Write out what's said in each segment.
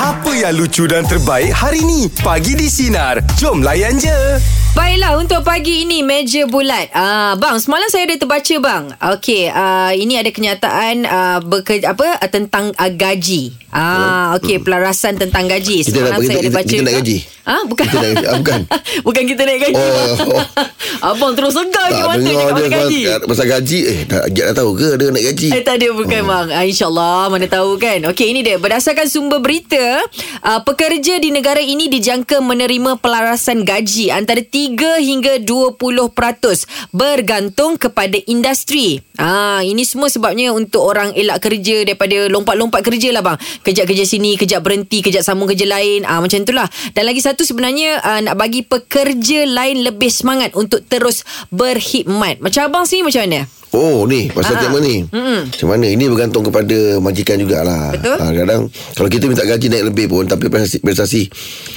Apa yang lucu dan terbaik hari ni? Pagi di Sinar. Jom layan je. Baiklah untuk pagi ini meja bulat. Ah bang, semalam saya ada terbaca bang. Okey, ah ini ada kenyataan ah berke, apa ah, tentang ah, gaji. Ah okey, pelarasan tentang gaji. Hmm. Kita nak- Semalam saya kita- ada kita- baca. kita nak juga. gaji? Ah bukan. Kita nak gaji. Ah, bukan. bukan kita nak gaji. Oh, bang. oh. Abang terus segar je Tak mata dengar cakap dia pasal gaji. pasal, pasal gaji Eh dah, Jack dah tahu ke Dia nak gaji Eh, tak ada bukan bang ah, InsyaAllah mana tahu kan Okey ini dia Berdasarkan sumber berita ah, Pekerja di negara ini dijangka menerima pelarasan gaji Antara 3 hingga 20% Bergantung kepada industri ah, Ini semua sebabnya untuk orang elak kerja Daripada lompat-lompat kerja lah bang Kejap kerja sini Kejap berhenti Kejap sambung kerja lain ah, Macam itulah Dan lagi satu sebenarnya ah, Nak bagi pekerja lain lebih semangat Untuk terus berkhidmat Macam abang sini macam mana? Oh ni Pasal Ah. tema ni Mm-mm. Macam mana Ini bergantung kepada Majikan jugalah Betul. ha, Kadang Kalau kita minta gaji naik lebih pun Tapi prestasi, prestasi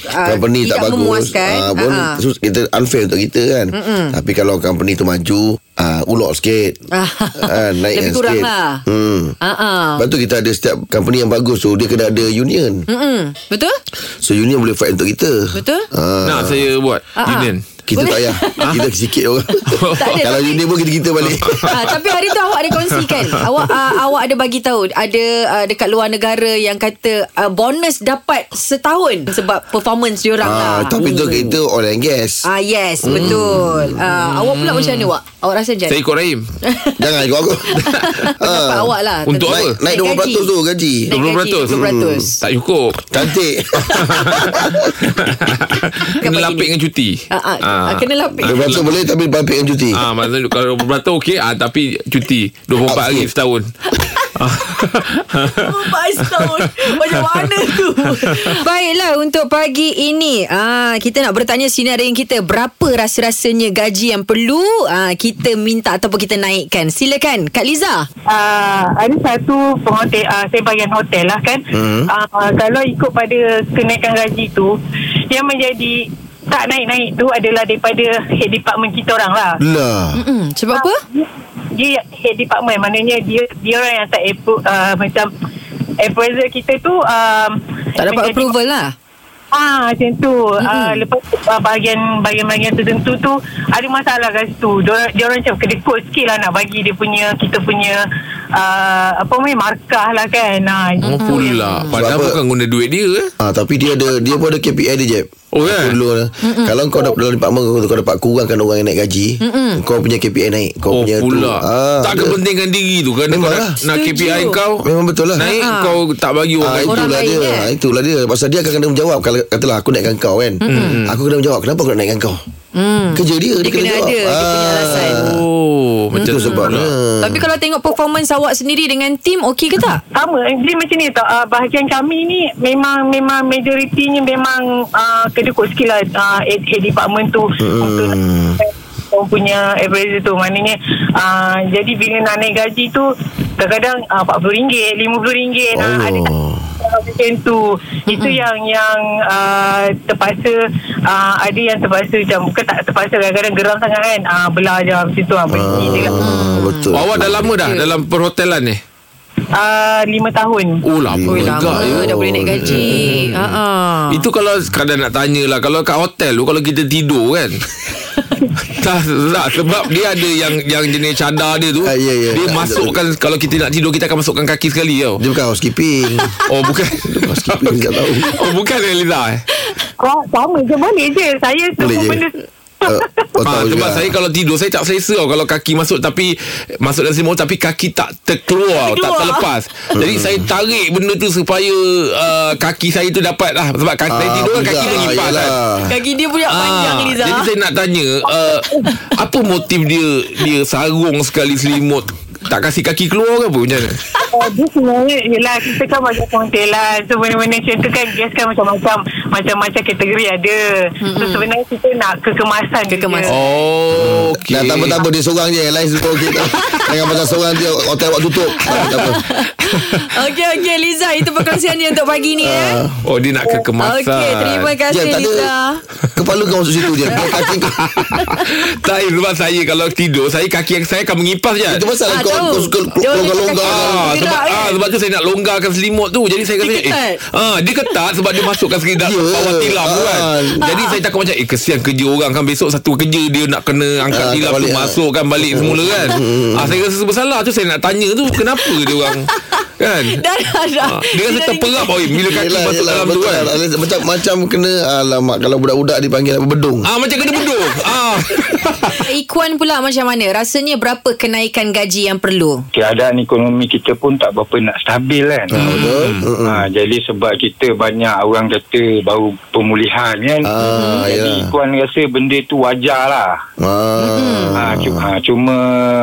Ah, Company tak tidak bagus memuaskan. ah, pun Ah. sus, Kita unfair untuk kita kan Mm-mm. Tapi kalau company tu maju uh, Ulok sikit Ah. Ah, Naikkan Lebih kurang sikit lah. hmm. Ah, ah. Lepas tu kita ada setiap company yang bagus tu Dia kena ada union Mm-mm. Betul? So union boleh fight untuk kita Betul. ha. Uh, Nak saya buat Ah, ah. Union Kita Boleh. tak payah Kita sikit orang Ha? Tak ada, Kalau tapi- union pun kita-kita balik ha, tapi hari tu awak ada kongsikan. Awak uh, awak ada bagi tahu ada uh, dekat luar negara yang kata uh, bonus dapat setahun sebab performance diorang lah. Ah, Tapi tu Hmm. kita oil and gas Ah yes, betul. Uh, awak pula macam mana awak? Awak rasa macam Saya mana? ikut Rahim Jangan ikut aku Ah. Pendapat awak lah. Untuk tentang- apa? Naik 20% gaji. tu Hmm. gaji Naik gaji, 20%. 20%. Tak cukup Cantik Kena pagi lapik ni? dengan cuti Ah, ah, ah, kena lapik. 20% boleh tapi berapa yang cuti Ah, maksudnya kalau beratur okey ah, Tapi cuti 24 hari Abstain. setahun Lepas tahun Macam mana tu Baiklah untuk pagi ini ah, Kita nak bertanya sinarin kita Berapa rasa-rasanya gaji yang perlu ah, Kita minta ataupun kita naikkan Silakan Kak Liza uh, ada satu penghotel uh, saya bagian hotel lah kan Hmm. hmm. uh, kalau ikut pada kenaikan gaji tu yang menjadi tak naik-naik tu adalah daripada head department kita orang lah Lah hmm, Sebab apa? dia head department maknanya dia dia orang yang tak approve uh, macam appraiser kita tu um, Tak dapat menjadi- approval lah Ah, macam tu. Mm-hmm. Mm-mm. Ah, lepas tu, ah, bahagian bahagian-bahagian tertentu tu ada masalah kat situ. Dia dia orang macam kena kot sikit lah nak bagi dia punya kita punya ah, apa namanya markah lah kan. Ah, Oh pula Padahal apa? bukan guna duit dia eh. Ah, tapi dia ada dia pun ada KPI dia Jeb. Oh, ya? Aku Dulu, kalau kau dapat dalam department kau, kau dapat kurangkan orang yang naik gaji, kau punya KPI naik, kau Oh punya pula tu. Ah, Tak dia- kepentingan diri tu kan Kau Memang nak, lah. nak Setuju. KPI kau Memang betul lah. Naik Ah. kau tak bagi Ah, orang Orang itulah lain dia. kan? Ah, itulah dia. Pasal dia akan kena menjawab kalau katalah aku naikkan kau kan. Aku kena menjawab kenapa aku nak naikkan kau. Kerja dia dia, Mm. Dia kena jawab. Ah. ada Dia punya Ah. alasan Oh Macam Itu tu sebabnya. pula Tapi kalau tengok performance awak sendiri Dengan tim okey ke tak? Sama Dia macam ni tau uh, Bahagian kami ni Memang Memang majoritinya Memang uh, Kena kot sikit lah uh, head, head department tu hmm. Untuk Orang punya appraiser tu Maknanya uh, Jadi bila nak naik gaji tu Kadang-kadang uh, RM40 RM50 oh. uh, Ada Oh. Hmm. Ah, macam tu itu yang yang uh, terpaksa uh, ada yang terpaksa macam bukan tak terpaksa kadang-kadang geram sangat kan uh, belah je macam tu lah berhenti je lah "Hmm." Ah, betul. Oh, Awak dah lama dah Ya. Dalam perhotelan ni Ah, lima tahun Oh Hmm. lama Oh, juga lama ya. dah boleh naik gaji. Ha ah. Itu kalau kadang nak tanya lah Kalau kat hotel tu Kalau kita tidur kan tak, tak Sebab dia ada yang Yang jenis cadar dia tu Ah, ya, ya. Dia Tak, masukkan Kalau kita nak tidur Kita akan masukkan kaki sekali tau Dia bukan housekeeping. Oh bukan housekeeping tak tahu. Oh bukan eh, Liza eh Kau sama je boleh je saya Boleh semua je. benda Ah, oh, ha, tahu Sebab juga. saya kalau tidur Saya tak selesa tau Kalau kaki masuk Tapi Masuk dalam selimut Tapi kaki tak terkeluar Tak Terkeluar. terlepas Jadi saya tarik benda tu Supaya uh, Kaki saya tu dapat lah Sebab kaki, saya Ah, tidur kan budak, Kaki mengipas kan yalah. Kaki dia pula panjang Liza. Ah, Jadi saya nak tanya uh, Apa motif dia Dia sarung sekali selimut Tak kasih kaki keluar ke apa Macam mana Oh, dia sebenarnya Yelah kita kan macam kontelan So benda-benda macam tu kan Gas kan macam-macam Macam-macam kategori ada So sebenarnya kita nak kekemasan dia. Kekemasan. Oh okay. Dah tambah-tambah dia seorang je Yang lain semua okey tak Jangan pasal seorang dia Hotel awak tutup Tak apa, tak apa Okey okey Liza itu perkongsian dia untuk pagi ni eh. Oh dia nak kekemasan Okey, terima kasih Jem, tak Ya, ada Liza. Kepala kau masuk situ je Kaki kau Tak sebab saya Kalau tidur Saya kaki yang saya akan mengipas je Itu pasal Ah, kau tahu. Kau suka Dia orang cakap longgar-longgar. cakap. Ah, sebab, Gerak, ah, kan? sebab tu saya nak longgarkan selimut tu Jadi saya kata Dia ketat. eh, ah, Dia ketat sebab dia masukkan sekali dalam Ya. bawah tilam tu kan Ah. Jadi saya takut macam Eh kesian kerja orang kan Besok satu kerja dia nak kena Ah, Angkat angkat tilam tu balik, ah. Hmm. Masukkan balik semula kan ah, Saya rasa bersalah tu Saya nak tanya tu Kenapa dia orang Kan Dah, dah, dah. Ah, Dia rasa Dah terperap oi, Bila kaki Yelah, masuk yelah, dalam tu betul kan lah. Macam macam kena alamak kalau budak-budak dipanggil apa bedung. Ah macam kena bedung. Ah. Ikuan pula macam mana? Rasanya berapa kenaikan gaji yang perlu? keadaan ekonomi kita pun tak berapa nak stabil kan. Ah, betul. Mm-mm. Ha, jadi sebab kita banyak orang kata baru pemulihan kan. Ah, jadi ya. Ikuan rasa benda tu wajar lah. Ah. Ha, cuma, ha, cuma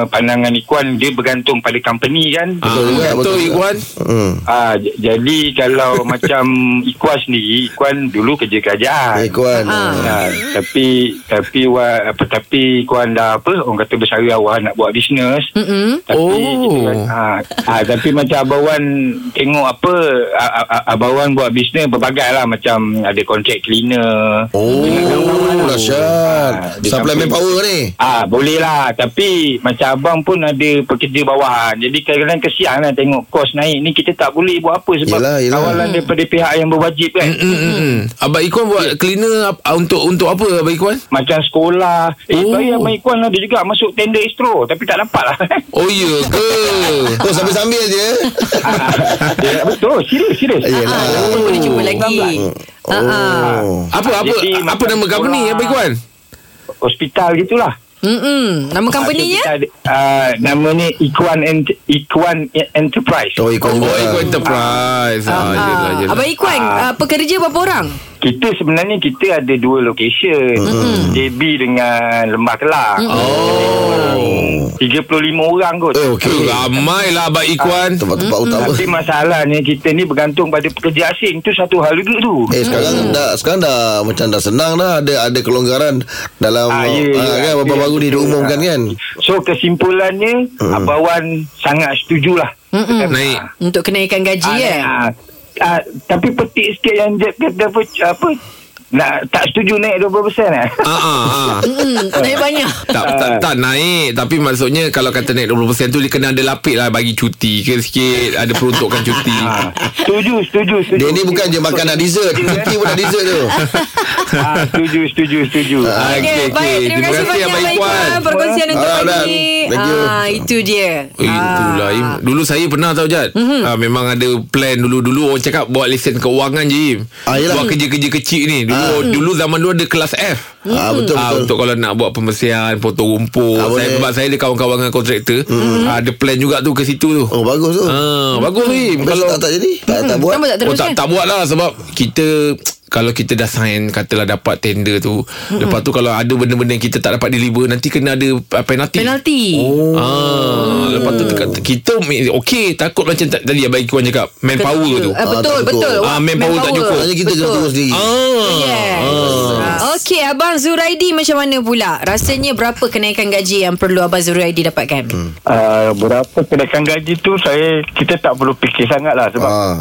pandangan Ikuan dia bergantung pada company kan. Betul juga, juga Ah, Betul betul juga. Iguan Hmm. Ha, j- jadi kalau macam Ikuan sendiri, Ikuan dulu kerja kerajaan. Eh, Kuan. Ah. Ha, tapi tapi wa, apa tapi kau anda apa orang kata bersara awal nak buat bisnes. Hmm? Mm-hmm. Tapi Oh. kita kan, ha, ha, tapi macam abawan tengok apa a- a- a- abawan buat bisnes berbagai lah macam ada kontrak cleaner. Oh, Ah, dahsyat. di Supply samping- manpower ni. Ah boleh lah tapi macam abang pun ada pekerja bawahan. Jadi kadang-kadang kesian lah tengok kos naik ni kita tak boleh buat apa sebab Yelah, yelah. kawalan daripada pihak yang berwajib kan. Mm, mm, mm. Abang Ikuan buat Ya. cleaner ap- ah, Untuk untuk apa Abang Ikuan Macam sekolah Eh Oh. saya Abang Ikuan ada juga Masuk tender istro Tapi tak dapat lah Oh ya ke Oh, sambil-sambil je. ya, betul serius serius Yelah. Oh. Ah, kita pun boleh jumpa lagi. Oh. Uh-uh. Oh. Apa apa Jadi, Apa macam nama company sekolah. Abang Ikuan hospital gitulah Oh. Mm-mm. Nama company ya? Hospital, uh, nama ni Ikuan Ent- Ikuan Enterprise Oh, ikut Oh juga. Ikuan Enterprise ah, yelah, Ah, yelah. Abang Ikuan, Ah. uh, pekerja berapa orang? kita sebenarnya kita ada dua location mm. JB dengan Lembah Kelang oh 35 orang kot Eh, Tu, okey. Ramai lah Abang Ikuan Tempat-tempat utama. tapi masalahnya kita ni bergantung pada pekerja asing tu satu hal juga tu Eh sekarang hmm. dah sekarang dah macam dah senang dah ada ada kelonggaran dalam ah, ya, yeah, ya, kan ada. baru-baru ni diumumkan kan. so kesimpulannya mm. Abawan sangat setujulah Mm-mm. Hmm. Naik Untuk kenaikan gaji Ah, ya? ah, ah, tapi petik sikit yang Jeb kata apa, apa nak, tak setuju naik 20% eh? Ah, ah, ah. Mm, naik banyak. tak, tak, tak naik Tapi maksudnya Kalau kata naik 20% tu Dia kena ada lapik lah Bagi cuti ke sikit Ada peruntukan cuti Ah, setuju, setuju, setuju. Dia ni bukan je makan nak dessert, cuti pun nak dessert tu. Ah, setuju, setuju, setuju. Ah, Okay, Ha. okey, okay, okey. baik. Terima, kasih banyak Abang Ikuan Perkongsian untuk Alright, pagi alright. Thank you. Ah, Itu dia Eh, Ah. Itulah Im. Dulu saya pernah tahu Jad mm-hmm. ha, Memang ada plan dulu-dulu Orang cakap buat lesen keuangan je Im Ah, yelah. Buat kerja-kerja kecil ni Dulu dulu zaman dulu ada kelas F Ah betul Ah, betul. untuk kalau nak buat pembersihan Potong rumput Ah, saya, boleh. Sebab saya ada kawan-kawan dengan kontraktor mm-hmm. Ada plan juga tu ke situ tu Oh bagus tu. Ah, Bagus Im Kalau tak, tak jadi Hmm. tak, tak buat. Kenapa tak Oh, teruskan? tak, tak buat lah sebab kita kalau kita dah sign katalah dapat tender tu mm-hmm. lepas tu kalau ada benda-benda yang kita tak dapat deliver nanti kena ada uh, penalty Penalti Oh. Ah, lepas tu dekat, kita okey takut macam tak, tadi abang Ikuan cakap manpower tu. Ah, Ah, Betul, tak betul cukup. Wah, Ah, manpower tak cukup. Hanya kita kena Betul. tunggu sendiri. Ah. Yes. Ah. Ah, Okey, Abang Zuraidi macam mana pula? Rasanya berapa kenaikan gaji yang perlu Abang Zuraidi dapatkan? Hmm. Ah, berapa kenaikan gaji tu saya kita tak perlu fikir sangat lah sebab Ah.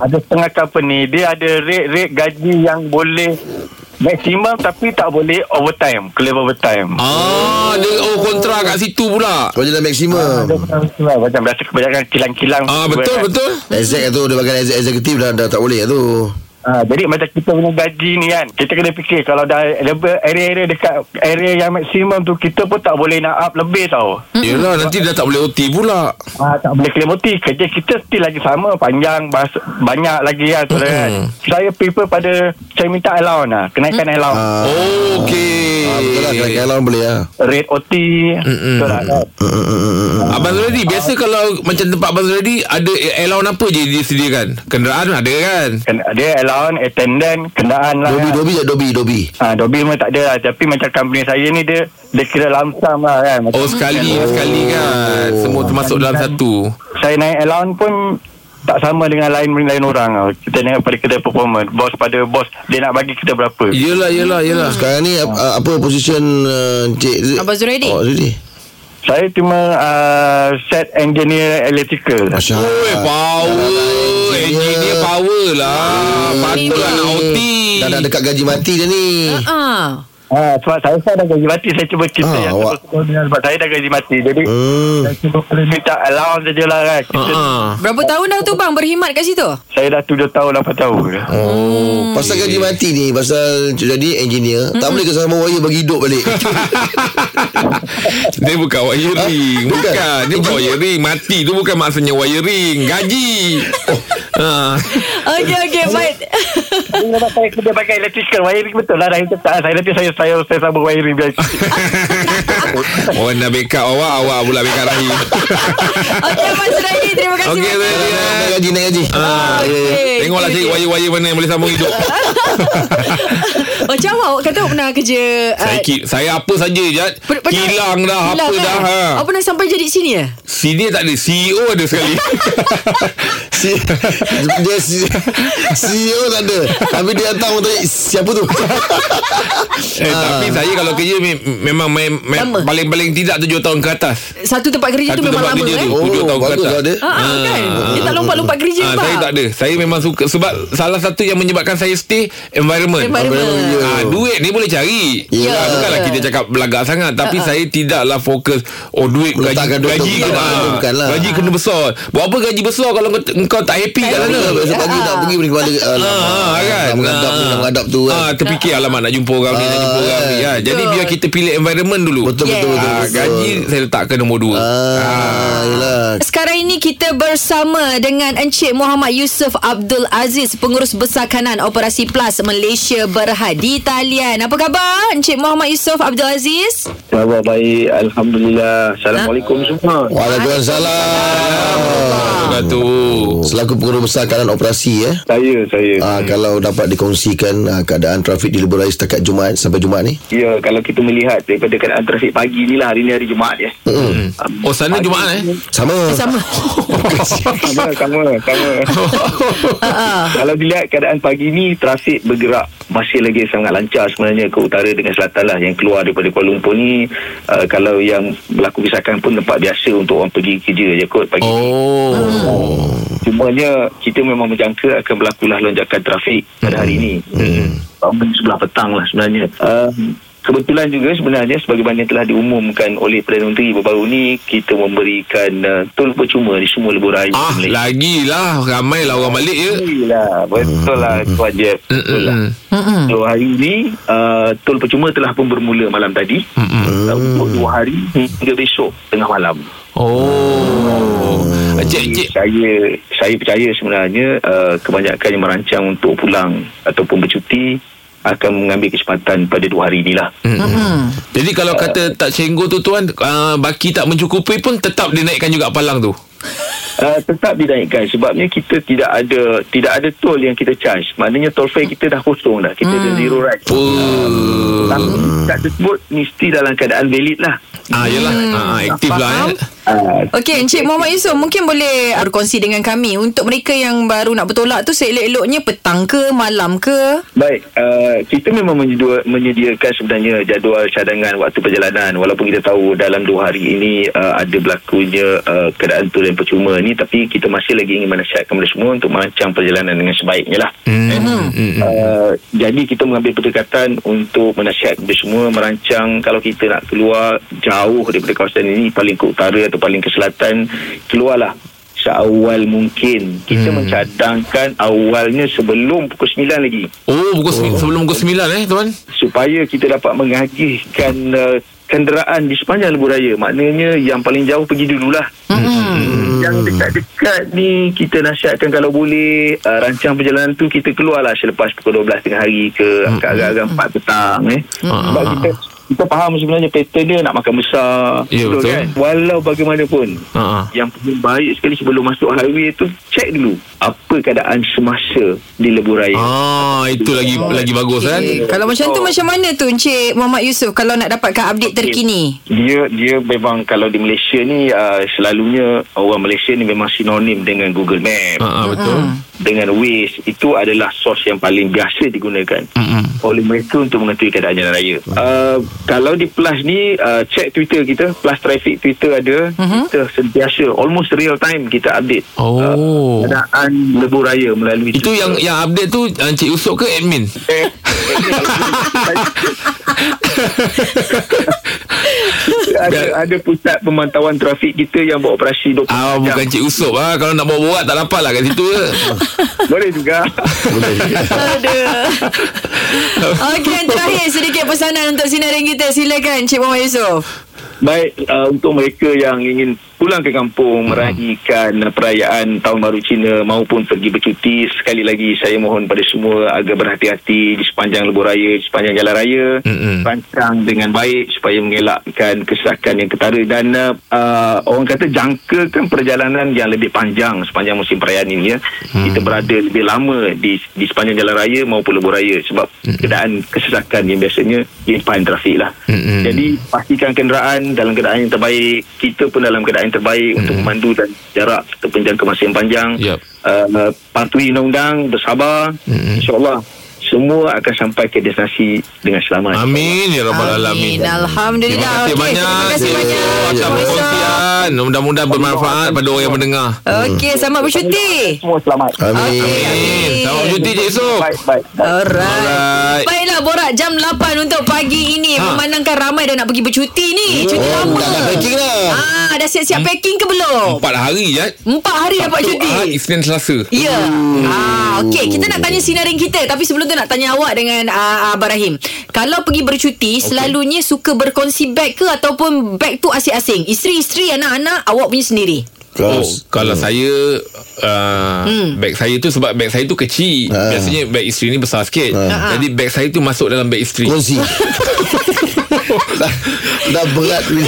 ada setengah company dia ada rate-rate gaji yang boleh maksimum tapi tak boleh overtime, clear overtime. Ah, dia oh kontra kat situ pula. Kau je dah Ah, maksimum. Ada macam- lah, Macam biasa kebanyakan kilang-kilang Ah, kan. betul betul. Exec tu dia bagian exec- executive dah dah tak boleh lah tu. Ha, jadi macam kita punya gaji ni kan Kita kena fikir Kalau dah level area-area dekat Area yang maksimum tu Kita pun tak boleh nak up lebih tau Yelah nanti dah tak boleh OT pula. ha, Tak boleh claim OT Kerja kita still lagi sama Panjang bas- Banyak lagi kan, saudara kan. Saya prefer pada Saya minta allowance lah Kenaikan allowance Ah. Oh, okey. Ah, betul lah kalau boleh ah. Rate OT Betul lah kan? Abang Zuradi Biasa kalau Macam tempat Abang Zuradi Ada allowance apa je disediakan Kenderaan ada kan Ken- Dia allowance Attendant Kendaan lah Dobi kan. dobi tak dobi dobi. ha, Dobi memang tak ada lah Tapi macam company saya ni Dia dia kira lamsam lah kan macam Oh sekali Oh. Sekali kan Semua termasuk dalam satu saya naik allowance pun tak sama dengan lain lain orang tau. Kita tengok pada kedai performance. Bos pada bos dia nak bagi kita berapa. Yelah yelah yelah Sekarang ni ap- ah, apa position ah, Encik Z- Abang Zuraidi? Oh Zuraidi. Saya cuma uh, set engineer electrical. Masya Oi, power Engineer power lah Patutlah nak OT Dah dah dekat gaji mati dah ni. Ah, Ha, sebab saya saya dah gaji mati Saya cuba kita Ah, yang awak- terus-terus dengan- Sebab saya dah gaji mati Jadi Hmm. Saya cuba boleh minta allowance saja lah kan kita, Ah, Ha. Berapa tahun dah tu bang berkhidmat kat situ? Saya dah 7 tahun 8 tahun dah. Oh, pasal gaji mati ni Pasal jadi engineer Tak boleh ke sama warrior Bagi hidup balik Dia bukan wiring Ha? Bukan, Bukan. Dia bukan wiring Mati tu bukan maksudnya wiring Gaji ha. Okey okey baik. Sebab saya kerja pakai electrical Wiring betul lah Dah minta tak Saya nanti saya Saya, saya sambung wiring biar Orang nak backup awak Awak pula backup Rahim Okey Abang Suradi terima kasih. Okey banyak. Naik gaji Naik gaji Ha. ya. Okey, Tengoklah itu cari dia. wire-wire mana yang boleh sambung hidup Macam Oh, awak kata awak pernah kerja Saya, uh, ki- saya apa saja Jad per- pernah- Kilang dah Apa Hilang, dah kan? ha. Awak pernah sampai jadi sini ya? Sini tak ada CEO ada sekali si, Dia si, CEO tak ada Tapi dia hantar orang tanya Siapa tu eh, Tapi saya kalau kerja me- Memang main, main, Lama. Paling-paling tidak 7 tahun ke atas Satu tempat kerja Satu tu memang tempat lama kerja eh. tu. Tujuh tahun ke bagus atas. lah dia Ha, ha, kan? Dia tak lompat-lompat kerja Ah, bang. Saya tak ada Saya memang suka Sebab salah satu yang menyebabkan saya stay Environment, Environment. Ah, Duit ni boleh cari Ya. Ah, Bukanlah kita cakap belagak sangat Tapi saya tidaklah fokus Oh duit Meletakkan gaji, duit gaji, tu, kena, meletakkan duit, bukanlah. gaji kena besar Buat apa gaji besar Kalau kau, kau tak happy kat Tapi sana kalau Biasa pagi tak pergi Beri kepala Ah, kan Nak mengadap ni, Nak mengadap tu ah, kan Terfikir alamak nak jumpa orang ni Nak jumpa orang ni ah, Jadi Betul. biar kita pilih environment dulu Betul Yeah. betul betul ah, betul. Gaji saya letak ke nombor dua Ah, yelah Sekarang ini kita bersama dengan Encik Muhammad Yusof Abdul Aziz, Pengurus Besar Kanan Operasi Plus Malaysia Berhad di talian. Apa khabar Encik Muhammad Yusof Abdul Aziz? Khabar baik Alhamdulillah Assalamualaikum semua Waalaikumsalam ah. tu Selaku pengurus besar kanan operasi eh Saya saya Ah, kalau dapat dikongsikan ah, keadaan trafik di Lebuh Raya setakat Jumaat sampai Jumaat ni. Ya kalau kita melihat Daripada keadaan trafik pagi ni lah Hari ni hari Jumaat ya Mm-mm. Um, Oh sana Jumaat eh Sama. Sama. Ah, sama sama sama Kalau dilihat keadaan pagi ni Trafik bergerak masih lagi sangat lancar sebenarnya ke utara dengan selatan lah yang keluar daripada Kuala Lumpur ni uh, kalau yang berlaku pisahkan pun tempat biasa untuk orang pergi kerja je kot pagi ni. Oh Cumanya kita memang menjangka akan berlakulah lonjakan trafik pada hari ini. Hmm. Bangun sebelah petang lah sebenarnya. Uh, kebetulan juga sebenarnya sebagaimana yang telah diumumkan oleh Perdana Menteri baru-baru ini kita memberikan uh, tol percuma di semua lebuh raya Ah, lagilah ramailah orang balik ya. Alhamdulillah Betul lah Tuan Jeff Betul lah Mm-mm. So hari ini uh, Tol percuma telah pun bermula malam tadi uh, Untuk dua hari Hingga besok Tengah malam Oh. Cik cik saya saya percaya sebenarnya uh, kebanyakan yang merancang untuk pulang ataupun bercuti akan mengambil kesempatan pada dua hari inilah. Hmm. jadi kalau kata tak cenggu tu tuan uh, baki tak mencukupi pun tetap dinaikkan juga palang tu. Uh, tetap dinaikkan sebabnya kita tidak ada tidak ada tol yang kita charge. Maknanya tol fare kita dah kosong dah. Kita ada zero rate. Oh. Tapi tak tersebut mesti dalam keadaan valid lah. Ah yalah. Ah aktif lah eh. Uh, Okey, Encik Muhammad Yusof mungkin boleh berkongsi dengan kami untuk mereka yang baru nak bertolak tu seelok-eloknya petang ke malam ke? Baik, uh, kita memang menyedia- menyediakan sebenarnya jadual cadangan waktu perjalanan walaupun kita tahu dalam dua hari ini uh, ada berlakunya uh, keadaan tu dan percuma ni tapi kita masih lagi ingin menasihatkan kepada semua untuk merancang perjalanan dengan sebaiknya lah. Hmm. Uh, jadi kita mengambil pendekatan untuk menasihat kepada semua merancang kalau kita nak keluar jauh daripada kawasan ini paling ke utara atau paling ke selatan keluarlah seawal mungkin kita hmm. mencadangkan awalnya sebelum pukul 9 lagi Oh pukul oh. sebelum pukul 9 eh tuan. supaya kita dapat mengagihkan uh, kenderaan di sepanjang lebuh raya maknanya yang paling jauh pergi dululah hmm. yang dekat-dekat ni kita nasihatkan kalau boleh uh, rancang perjalanan tu kita keluarlah selepas pukul 12 tengah hari ke Hmm. agak-agak 4 petang eh Ah, sebab kita kita faham sebenarnya pattern dia nak makan besar kan? Ya, betul. walau bagaimanapun Ha ah. yang paling baik sekali sebelum masuk highway tu check dulu apa keadaan semasa di lebuh raya Ah itu lagi lagi bagus kan. Okey, Kalau macam tu macam mana tu Encik Muhammad Yusof kalau nak dapatkan update terkini? dia dia memang kalau di Malaysia ni uh, selalunya orang Malaysia ni memang sinonim dengan Google Map. Ha ah betul. dengan Waze itu adalah sos yang paling biasa digunakan mm-hmm. oleh mereka untuk mengetahui keadaan jalan raya. Uh, kalau di Plus ni uh, check Twitter kita, Plus Traffic Twitter ada, mm-hmm. kita sentiasa almost real time kita update Oh. keadaan lebuh raya melalui Itu Twitter. yang yang update tu uh, Encik Yusof ke admin? Eh, ada, ada pusat pemantauan trafik kita yang beroperasi 24 Ah jam. bukan Encik Yusof ah kalau nak buat-buat tak dapat lah kat situ je. Boleh juga. Aduh. Okey, yang terakhir sedikit pesanan untuk sinarin kita. Silakan Cik Muhammad Yusof. Baik uh, untuk mereka yang ingin pulang ke kampung meraihkan perayaan Tahun Baru Cina maupun pergi bercuti sekali lagi saya mohon pada semua agar berhati-hati di sepanjang lebuh raya di sepanjang jalan raya Mm-mm. rancang dengan baik supaya mengelakkan kesesakan yang ketara dan uh, uh, orang kata jangkakan perjalanan yang lebih panjang sepanjang musim perayaan ini ya kita berada lebih lama di di sepanjang jalan raya maupun lebuh raya sebab keadaan kesesakan yang biasanya limpahan trafik lah Mm-mm. jadi jadi pastikan kenderaan dalam keadaan yang terbaik. Kita pun dalam keadaan yang terbaik hmm. untuk memandu dan jarak ataupun jangka masa yang panjang. Yap. Uh, patuhi undang-undang, bersabar. Hmm. InsyaAllah semua akan sampai ke destinasi dengan selamat. Amin ya rabbal alamin. Alhamdulillah. Okey, Terima kasih banyak. Terima kasih Encik banyak. Yusof atas Cik Muhammad Yusof. perkongsian. Mudah-mudahan bermanfaat pada orang yang mendengar. Okey, selamat bercuti. Semua selamat. Amin. Amin. Selamat cuti Encik Yusof. Baik, baik. Alright. Alright. Baiklah Borak jam 8 untuk pagi ini ha. Ha. Oh. memandangkan ramai dah nak pergi bercuti ni. Cuti lama. dah nak packing dah. Ah, dah siap-siap packing ke belum? Hmm. Empat hari ya. Empat hari dapat cuti. Ahad, Isnin Selasa. Ya. Hmm. Ah, okey, kita nak tanya sinarin kita tapi sebelum tu nak tanya awak dengan uh, Abang Rahim. Kalau pergi bercuti, selalunya suka berkongsi beg ke ataupun beg tu asing-asing? Isteri-isteri, anak-anak, awak punya sendiri. Kalau Oh, kalau Hmm. saya uh, Beg saya tu Sebab beg saya tu kecil Ah. Ha. Biasanya beg isteri ni besar sikit Ha. Jadi beg saya tu Masuk dalam beg isteri kongsi. dah, dah berat ni.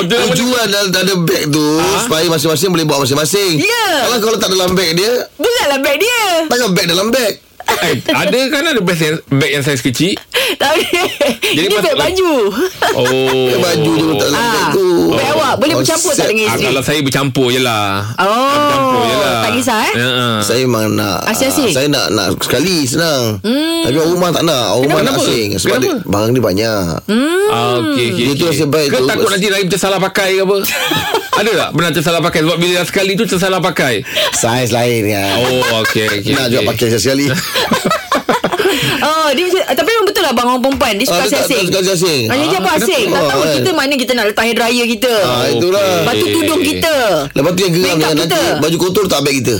Oh, dia- Tujuan dah, dah ada beg tu supaya masing-masing boleh bawa masing-masing. Ah. Ya. Kalau kalau tak dalam beg dia, Beratlah beg dia. takkan beg dalam beg. eh, Ada kan ada beg yang, beg yang saiz kecil Tapi Jadi ini pas- beg baju. Oh Oh. Baju je pun tak dalam Ah, beg tu. beg awak boleh Oh, bercampur tak set. dengan ah, isteri? Kalau saya bercampur je lah Oh, Bercampur je lah tak kisah eh? Ya, ah. Saya memang nak Asing-asing? ah, Saya nak nak sekali senang hmm. Tapi orang rumah tak nak Orang rumah nak Kenapa? asing Sebab dia, Kenapa? barang dia banyak Hmm. Ah, okay, okay, Dia tu nasib baik Ke tu. takut nanti Rahim tersalah pakai ke apa Ada tak pernah tersalah pakai Sebab bila dah sekali tu tersalah pakai Saiz lain kan Oh okay, okay Nak juga pakai Ah, sekali Oh, dia macam, tapi memang betul lah bang orang perempan dia suka Ah, dia tak- asing. tak suka asing. Hanya dia Ah, eh, apa kenapa? asing? Tak Ah, tahu kan. kita mana kita nak letak hair dryer kita. Ah, itulah. Lepas tu tudung kita. Lepas tu yang geram Makeup yang kita. nanti Baju kotor tak beg kita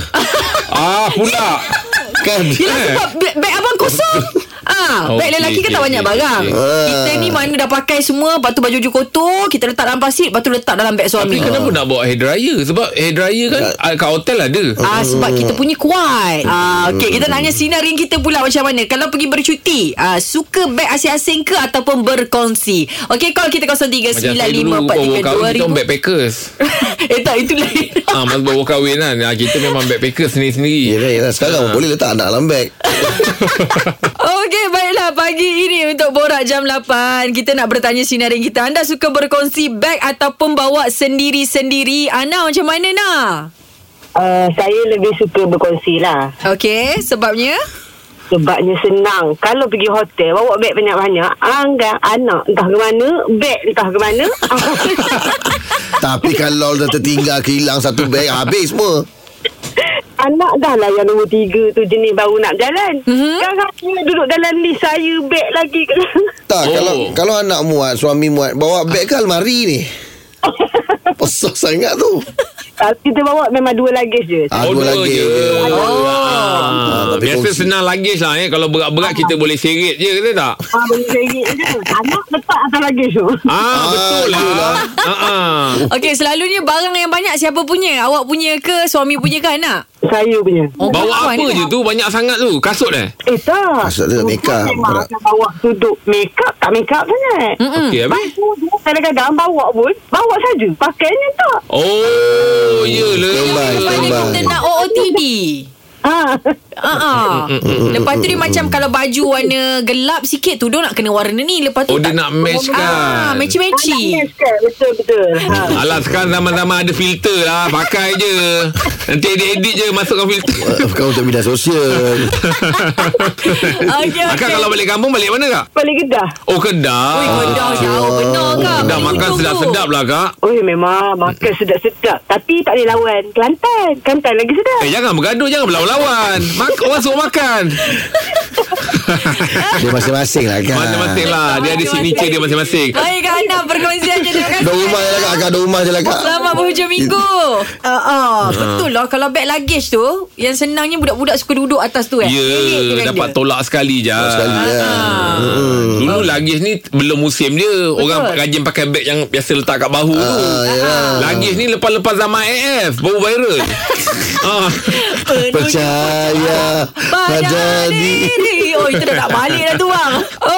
Ah pula Kan Yelah Eh. sebab beg, beg abang kosong. Ah, beg Okey, lelaki kan okey, tak banyak okey, barang. okey. Ah. Kita ni mana dah pakai semua, lepas tu baju-baju kotor, kita letak dalam pasir, lepas tu letak dalam beg Kan? Tapi suami. Ah. kenapa nak bawa hair dryer Sebab hair dryer kan Ya. ah, Kat hotel ada Ah sebab kita punya kuat. Ah okey kita nanya sinarin kita pula macam mana kalau pergi bercuti. Ah suka beg asing-asing ke ataupun berkongsi. Okey call kita Macam saya dulu Bawa kahwin Kita orang 0395432000. backpackers eh tak itu lain. Ah, masa bawa kahwin kan ah, Kita memang backpackers sendiri-sendiri Yelah yelah Ya, Ah. Sekarang boleh letak anak dalam beg Okey baiklah pagi ini untuk borak jam 8 kita nak bertanya sinarin kita anda suka berkongsi beg ataupun bawa sendiri-sendiri Ana macam mana nak? Uh, saya lebih suka berkongsi lah Okey sebabnya Sebabnya senang Kalau pergi hotel Bawa beg banyak-banyak Ah, Angkat anak Entah ke mana Beg entah ke mana Tapi kalau dah tertinggal Kehilang satu beg Habis semua Anak dah lah yang nombor tiga tu Jenis baru nak jalan Sekarang mm-hmm. duduk dalam list saya Beg lagi tak, Oh. kalau kalau anak muat, suami muat, bawa beg ke almari ni? Pesat sangat tu. uh, Kita bawa memang dua luggage je Ah, dua lagi. ya. Oh. Ah, Ah, tapi Biasa kongsi. senang lagi lah eh. Kalau berat-berat kita boleh seret je Kata tak Ah, benda sengit je. Anak letak atas luggage tu Ah, betul lah. itulah. Ah, ah. Okey selalunya barang yang banyak siapa punya? Awak punya ke suami punya ke anak? Saya punya Oh, Bawa perempuan apa ni. je tu Banyak sangat tu Kasut eh Eh tak Maksud dia make up, Memang berat. akan bawa Duduk make up Tak make up sangat Okey habis Baju dia kadang-kadang bawa pun Bawa saja Pakainya tak Oh, oh yelah. standby, Mana standby. kita nak OOTD? Ha. Ah, Mm, ah. Lepas tu dia macam kalau baju warna gelap sikit tu dia nak kena warna ni lepas tu Oh, dia nak match Ah, kan? match-match. kan. Betul betul. Ha. Alah sekarang zaman-zaman ada filter lah Pakai je Nanti edit-edit je Masukkan filter Kau macam bidang sosial Okey, Akak Ya, okey. kalau balik kampung Balik mana kak? Balik Kedah. Oh Kedah Oi, Kedah jauh benar kak. Kedah Boleh makan hitung tu. sedap-sedap lah kak Oh memang makan sedap-sedap Tapi tak boleh lawan Kelantan Kelantan lagi sedap Eh jangan bergaduh Jangan berlawan-lawan Mak Orang suruh makan Dia masing-masing lah kan Masing-masing lah Dia ada signature dia masing-masing Baik Kak Ana perkongsian je terima Dua kasih. rumah ya. je lah kak Akak dua rumah je lah kak Selamat berhujung minggu. Ah, ah, betul lah kalau bag luggage tu yang senangnya budak-budak suka duduk atas tu eh. Ya Pelik je kan Dapat dia. tolak sekali je Sekali lah Ah, Ah, Dulu lagis ni Belum musim dia Orang rajin pakai beg Yang biasa letak kat bahu tu Lagis ni lepas-lepas zaman AF Baru viral Ah. Percaya Pada diri diri Oh itu dah tak balik dah tu bang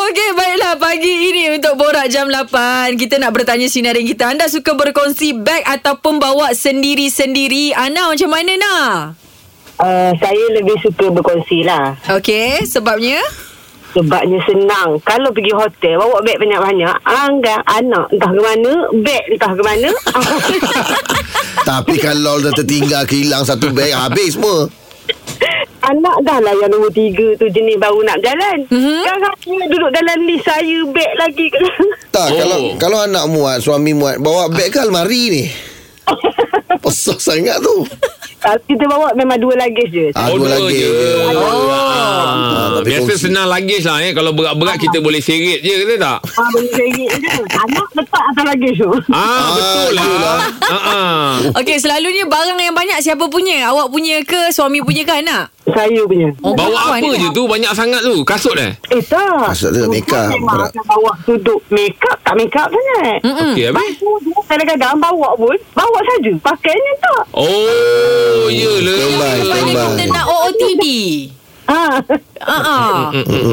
Okey baiklah Pagi ini untuk Borak Jam 8 Kita nak bertanya sinarin kita Anda suka berkongsi beg Ataupun bawa sendiri-sendiri Ana macam mana nak? uh, Saya lebih suka berkongsi lah Okey sebabnya Sebabnya senang Kalau pergi hotel Bawa beg banyak-banyak Angkat anak Entah ke mana Beg entah ke mana Tapi kalau dah tertinggal Kehilang satu beg Habis semua Anak dah lah yang nombor tiga tu jenis baru nak jalan mm-hmm. Sekarang duduk dalam list saya Beg lagi tak, Oh. oh. kalau kalau anak muat, suami muat, bawa beg ke almari ni? Pesah sangat tu. Ah, Kita bawa memang dua luggage je Ah, dua lagi. Oh. Ah, tapi Biasa kongsi. senang lagis lah eh. Kalau berat-berat kita boleh seret je Kata tak? Ah, beli seri je. Anak letak atas luggage tu Ah, betul lah. Ah, ah. Okey selalunya barang yang banyak Siapa punya? Awak punya ke Suami punya ke anak? Saya punya Oh, Bawa kawan apa ni. je tu Banyak sangat tu Kasut eh Eh tak Maksud dia make up. Memang Berat. akan bawa duduk Make up tak make up sangat hmm? Okey habis Baju dia kadang-kadang bawa pun Bawa saja Pakainya tak Oh Yelah Standby, Sebabnya standby. kita nak OOTD ha. Mm, Ah, ah.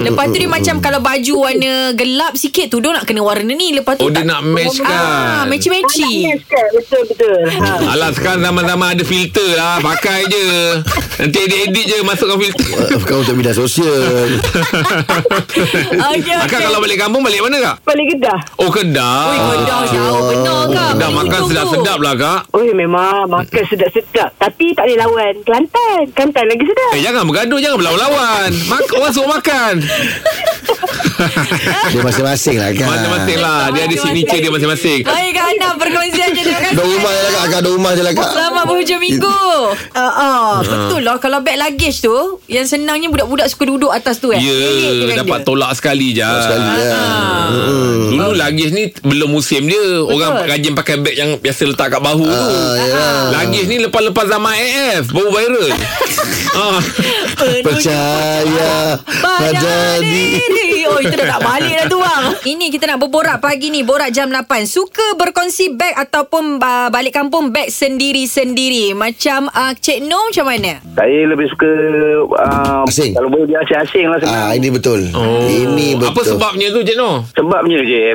Lepas tu dia macam kalau baju warna gelap sikit tu dia nak kena warna ni lepas tu Oh, dia nak Ah, match kan? Ah, match-matchy. Betul-betul ha. Alah sekarang zaman-zaman ada filter lah Pakai je Nanti edit-edit je Masukkan filter Eh, Kau macam bidang sosial. Okey, Akak okey. kalau balik kampung Balik mana kak? Balik Kedah Oh Kedah Ui, Kedah jauh benar kak. Kedah Boleh makan hitung tu. sedap-sedap lah kak Oh memang makan sedap-sedap Tapi tak boleh lawan Kelantan Kelantan lagi sedap Eh jangan bergaduh Jangan berlawan-lawan Mak- Orang suruh makan Dia masing-masing lah kan. Masing-masing lah Dia ada signature dia masing-masing Baik Kak Ana perkongsian je terima Dua kasih. rumah je lah kak, akak dua rumah je lah kak. Selamat berhujung minggu. Ah, ah, betul lah kalau bag luggage tu yang senangnya budak-budak suka duduk atas tu eh. Ya Pelik je kan Dapat dia. Ah. tolak sekali je Sekali Hmm. lah. Dulu lagis ni belum musim dia. Orang rajin pakai beg yang biasa letak kat bahu tu. Ah, yelah. Lagis ni lepas-lepas zaman AF baru viral. ah. Percaya pada Pada diri. diri Oh itu dah tak balik dah tu bang Ini kita nak berborak pagi ni Borak jam 8 Suka berkongsi beg Ataupun uh, balik kampung Beg sendiri-sendiri Macam uh, Cik No macam mana? Saya lebih suka uh, Asing. Kalau boleh dia asing-asing lah senang Ah, ini betul. Ini betul. Oh. Apa sebabnya tu Cik Noh? Sebabnya je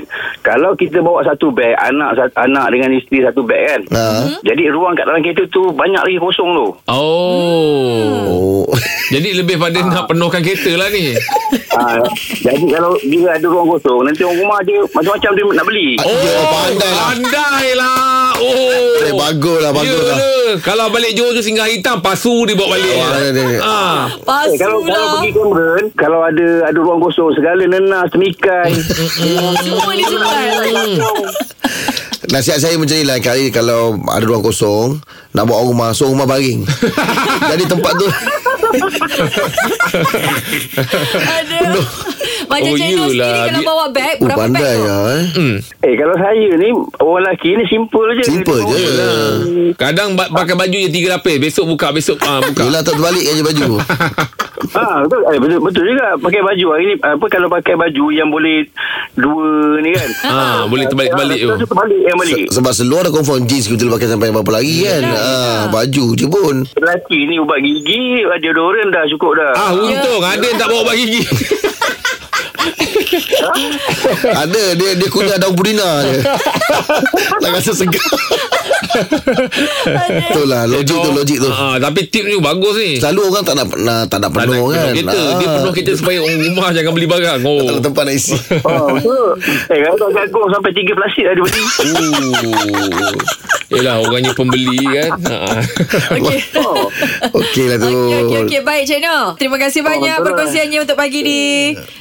Kalau kita bawa satu beg Anak sat- anak dengan isteri satu beg kan Ah. Jadi ruang kat dalam kereta tu Banyak lagi kosong tu Hmm. Oh. Oh. Jadi lebih pada Ah. nak penuhkan kereta lah ni. ha, Jadi kalau bila ada ruang kosong Nanti orang rumah dia Macam-macam dia nak beli Ah, dia pandai lah. Pandai lah. Oh. Eh, bagus lah, bagus Yalah. lah. Ya, Kalau balik Johor tu singgah hitam, pasu dia bawa balik. Wah, dia- dia- Ah. Pasu Eh, kalau kalau lah pergi Cameron, kalau ada ada ruang kosong, segala nenas, temikan. Semua Hmm. ni sempat Nasihat saya macam ni lah Kali kalau ada ruang kosong Nak buat orang rumah So rumah baring Jadi tempat tu Aduh Macam Oh, Cik No yelah. sendiri Kalau Dia- bawa beg Oh Berapa beg pandai tu? lah eh. eh, kalau saya ni, orang lelaki ni simple je. Simple je Kadang ba- pakai baju je tiga lapis. Besok buka, besok ah, buka. Yelah tak terbalik je baju Ha, betul, eh, betul, betul juga pakai baju hari ni. Apa kalau pakai baju yang boleh dua ni kan? Ah, boleh terbalik-terbalik tu. tu. Terbalik yang balik. Se- Sebab seluar dah confirm Jeans kita boleh pakai sampai berapa lagi kan ah, Baju je pun Lelaki ni ubat gigi, ada orang dah cukup dah. Ah untung ada yang tak bawa ubat gigi. Ada Dia dia kunyah daun purina je Tak rasa segar Betul lah Logik tu logik tu Ah, tapi tip ni bagus ni. Selalu orang tak nak, nak tak nak Eh, Tak nak penuh kan penuh kereta. Dia penuh kereta supaya orang rumah jangan beli barang. Oh. Kalau tempat nak isi Ah, Oh, betul. Eh, kalau tak jagung sampai tiga plastik ada benda ni. Oh. Yelah orangnya pembeli kan. Ah. Okey. Okey lah tu Okey, okey, okey. Baik, Cik Noh. Terima kasih Oh, banyak betul. lah. perkongsiannya untuk pagi ni.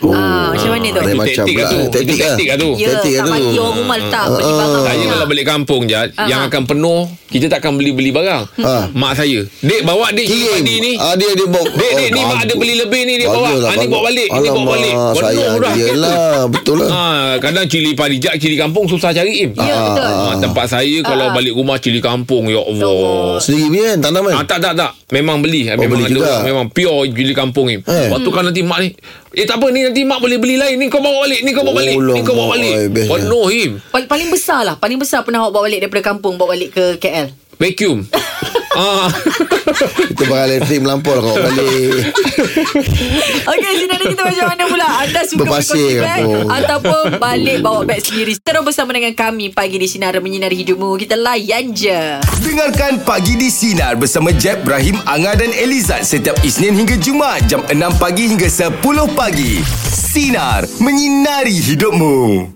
Oh. Ah, macam mana tu? Lain Itu macam taktik pula. lah tu. Itu Taktik lah. taktik lah tu. Ya, Cantik tak kan tu? bagi orang rumah letak beli barang. Ah. Saya banyak. kalau balik kampung je Ah, Yang ah. akan penuh Kita takkan beli-beli barang Ah. Mak saya Dek bawa dek Kiri Kirim padi ni ah, Dia dia bawa Dek dek ni mak ada beli lebih ni Dek bawa ah, Ni bawa balik Ni bawa balik Penuh lah, Sayang dah dia kereta. lah Betul lah Ha, kadang cili padi jak cili kampung susah cari im. Ah, Ya, betul. Ah, Ha, tempat saya kalau balik rumah cili kampung ya Allah. Sendiri punya kan Tanam kan Ah, tak tak tak Memang beli oh, Memang beli juga. orang- Memang pure Juli kampung ni Eh. eh. Waktu kan nanti mak ni Eh tak apa ni Nanti mak boleh beli lain Ni kau bawa balik Ni kau bawa balik Ni Alamak, kau bawa balik eh, bestnya. Penuh him Paling, paling besar lah. Paling besar pernah awak bawa balik daripada kampung. Bawa balik ke KL. Vacuum ah. Kita barang elektrik melampau lah Kau balik Okey, sinar kita macam mana pula? Anda suka Berpasir berkongsi, kampung. kan? Ataupun balik bawa beg sendiri. Terus bersama dengan kami pagi di Sinar Menyinari Hidupmu. Kita layan je. Dengarkan Pagi di Sinar bersama Jeb, Ibrahim, Anga dan Elizad setiap Isnin hingga Jumaat jam 6 pagi hingga 10 pagi. Sinar, menyinari hidupmu.